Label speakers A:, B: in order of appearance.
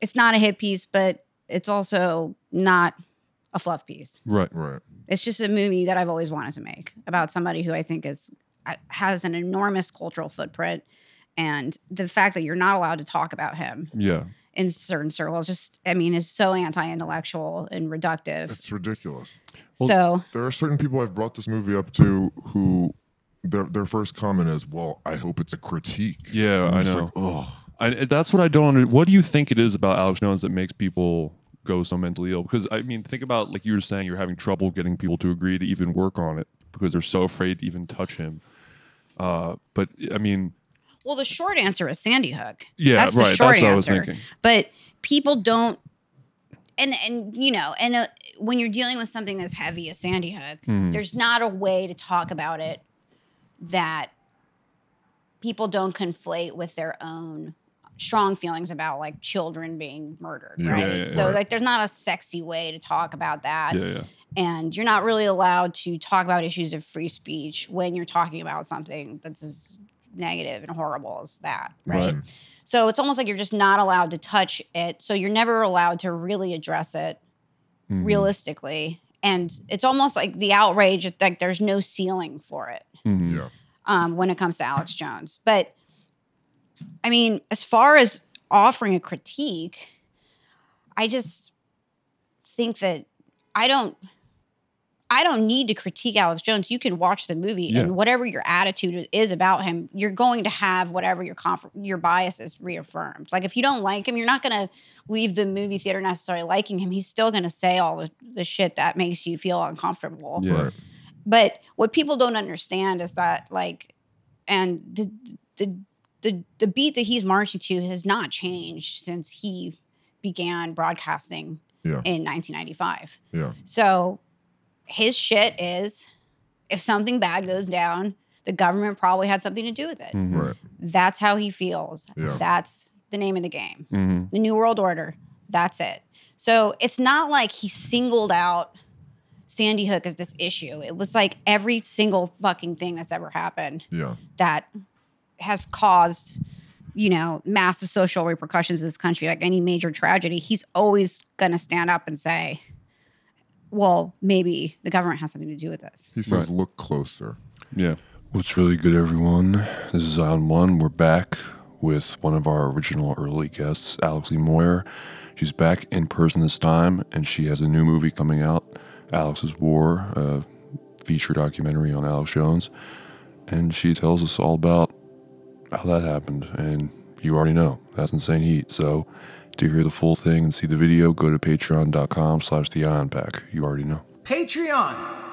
A: it's not a hit piece, but it's also not a fluff piece.
B: Right, right.
A: It's just a movie that I've always wanted to make about somebody who I think is I- has an enormous cultural footprint, and the fact that you're not allowed to talk about him
B: Yeah.
A: in certain circles just I mean is so anti-intellectual and reductive.
C: It's ridiculous.
B: Well-
A: so
C: There are certain people I've brought this movie up to who their their first comment is, "Well, I hope it's a critique."
B: Yeah,
C: I'm
B: I
C: just
B: know.
C: Like, oh,
B: I, that's what I don't. Under, what do you think it is about Alex Jones that makes people go so mentally ill? Because I mean, think about like you were saying, you're having trouble getting people to agree to even work on it because they're so afraid to even touch him. Uh, but I mean,
A: well the short answer is Sandy Hook.
B: yeah,
A: That's the
B: right.
A: short
B: That's what I was
A: answer.
B: thinking.
A: but people don't and and you know and uh, when you're dealing with something as heavy as sandy hook
D: Mm.
B: Mhm.
A: there's not a way to talk about it that people don't conflate with their own strong feelings about like children being murdered
C: Yeah.
A: right
B: Yeah, yeah,
A: so
C: right.
A: like there's not a sexy way to talk about that
B: Yeah, yeah.
A: and you're not really allowed to talk about issues of free speech when you're talking about something that's as negative and horrible as that right
B: Right.
A: so it's almost like you're just not allowed to touch it. So you're never allowed to really address it
D: Mm-hmm.
B: Mhm.
A: realistically. And it's almost like the outrage, it's like there's no ceiling for it
B: Mhm.
C: yeah.
A: um, when it comes to Alex Jones. But I mean, as far as offering a critique, I just think that I don't. I don't need to critique Alex Jones. You can watch the movie,
B: Yeah.
A: and whatever your attitude is about him, you're going to have whatever your conf- your bias is reaffirmed. Like if you don't like him, you're not going to leave the movie theater necessarily liking him. He's still going to say all the, the shit that makes you feel uncomfortable.
B: Yeah.
C: Right.
A: But what people don't understand is that like, and the the the the beat that he's marching to has not changed since he began broadcasting
C: Yeah.
A: in 1995.
C: Yeah.
A: So his shit is if something bad goes down, the government probably had something to do with it.
B: Mhm.
C: Right.
A: That's how he feels.
C: Hmm. Yeah.
A: That's the name of the game
B: Mhm.
A: the New World Order. That's it. So it's not like he singled out Sandy Hook as this issue. It was like every single fucking thing that's ever happened
C: Yeah.
A: that has caused, you know, massive social repercussions in this country, like any major tragedy. He's always going to stand up and say, well, maybe the government has something to do with this.
C: He says, "Look closer."
B: Yeah.
D: What's really good, everyone? This is Zion One. We're back with one of our original early guests, Alex Lee Moyer. She's back in person this time, and she has a new movie coming out, Alex's War, a feature documentary on Alex Jones. And she tells us all about how that happened. And you already know that's insane heat. So to hear the full thing and see the video, go to patreon.com slash the ion pack. You already know.
E: Patreon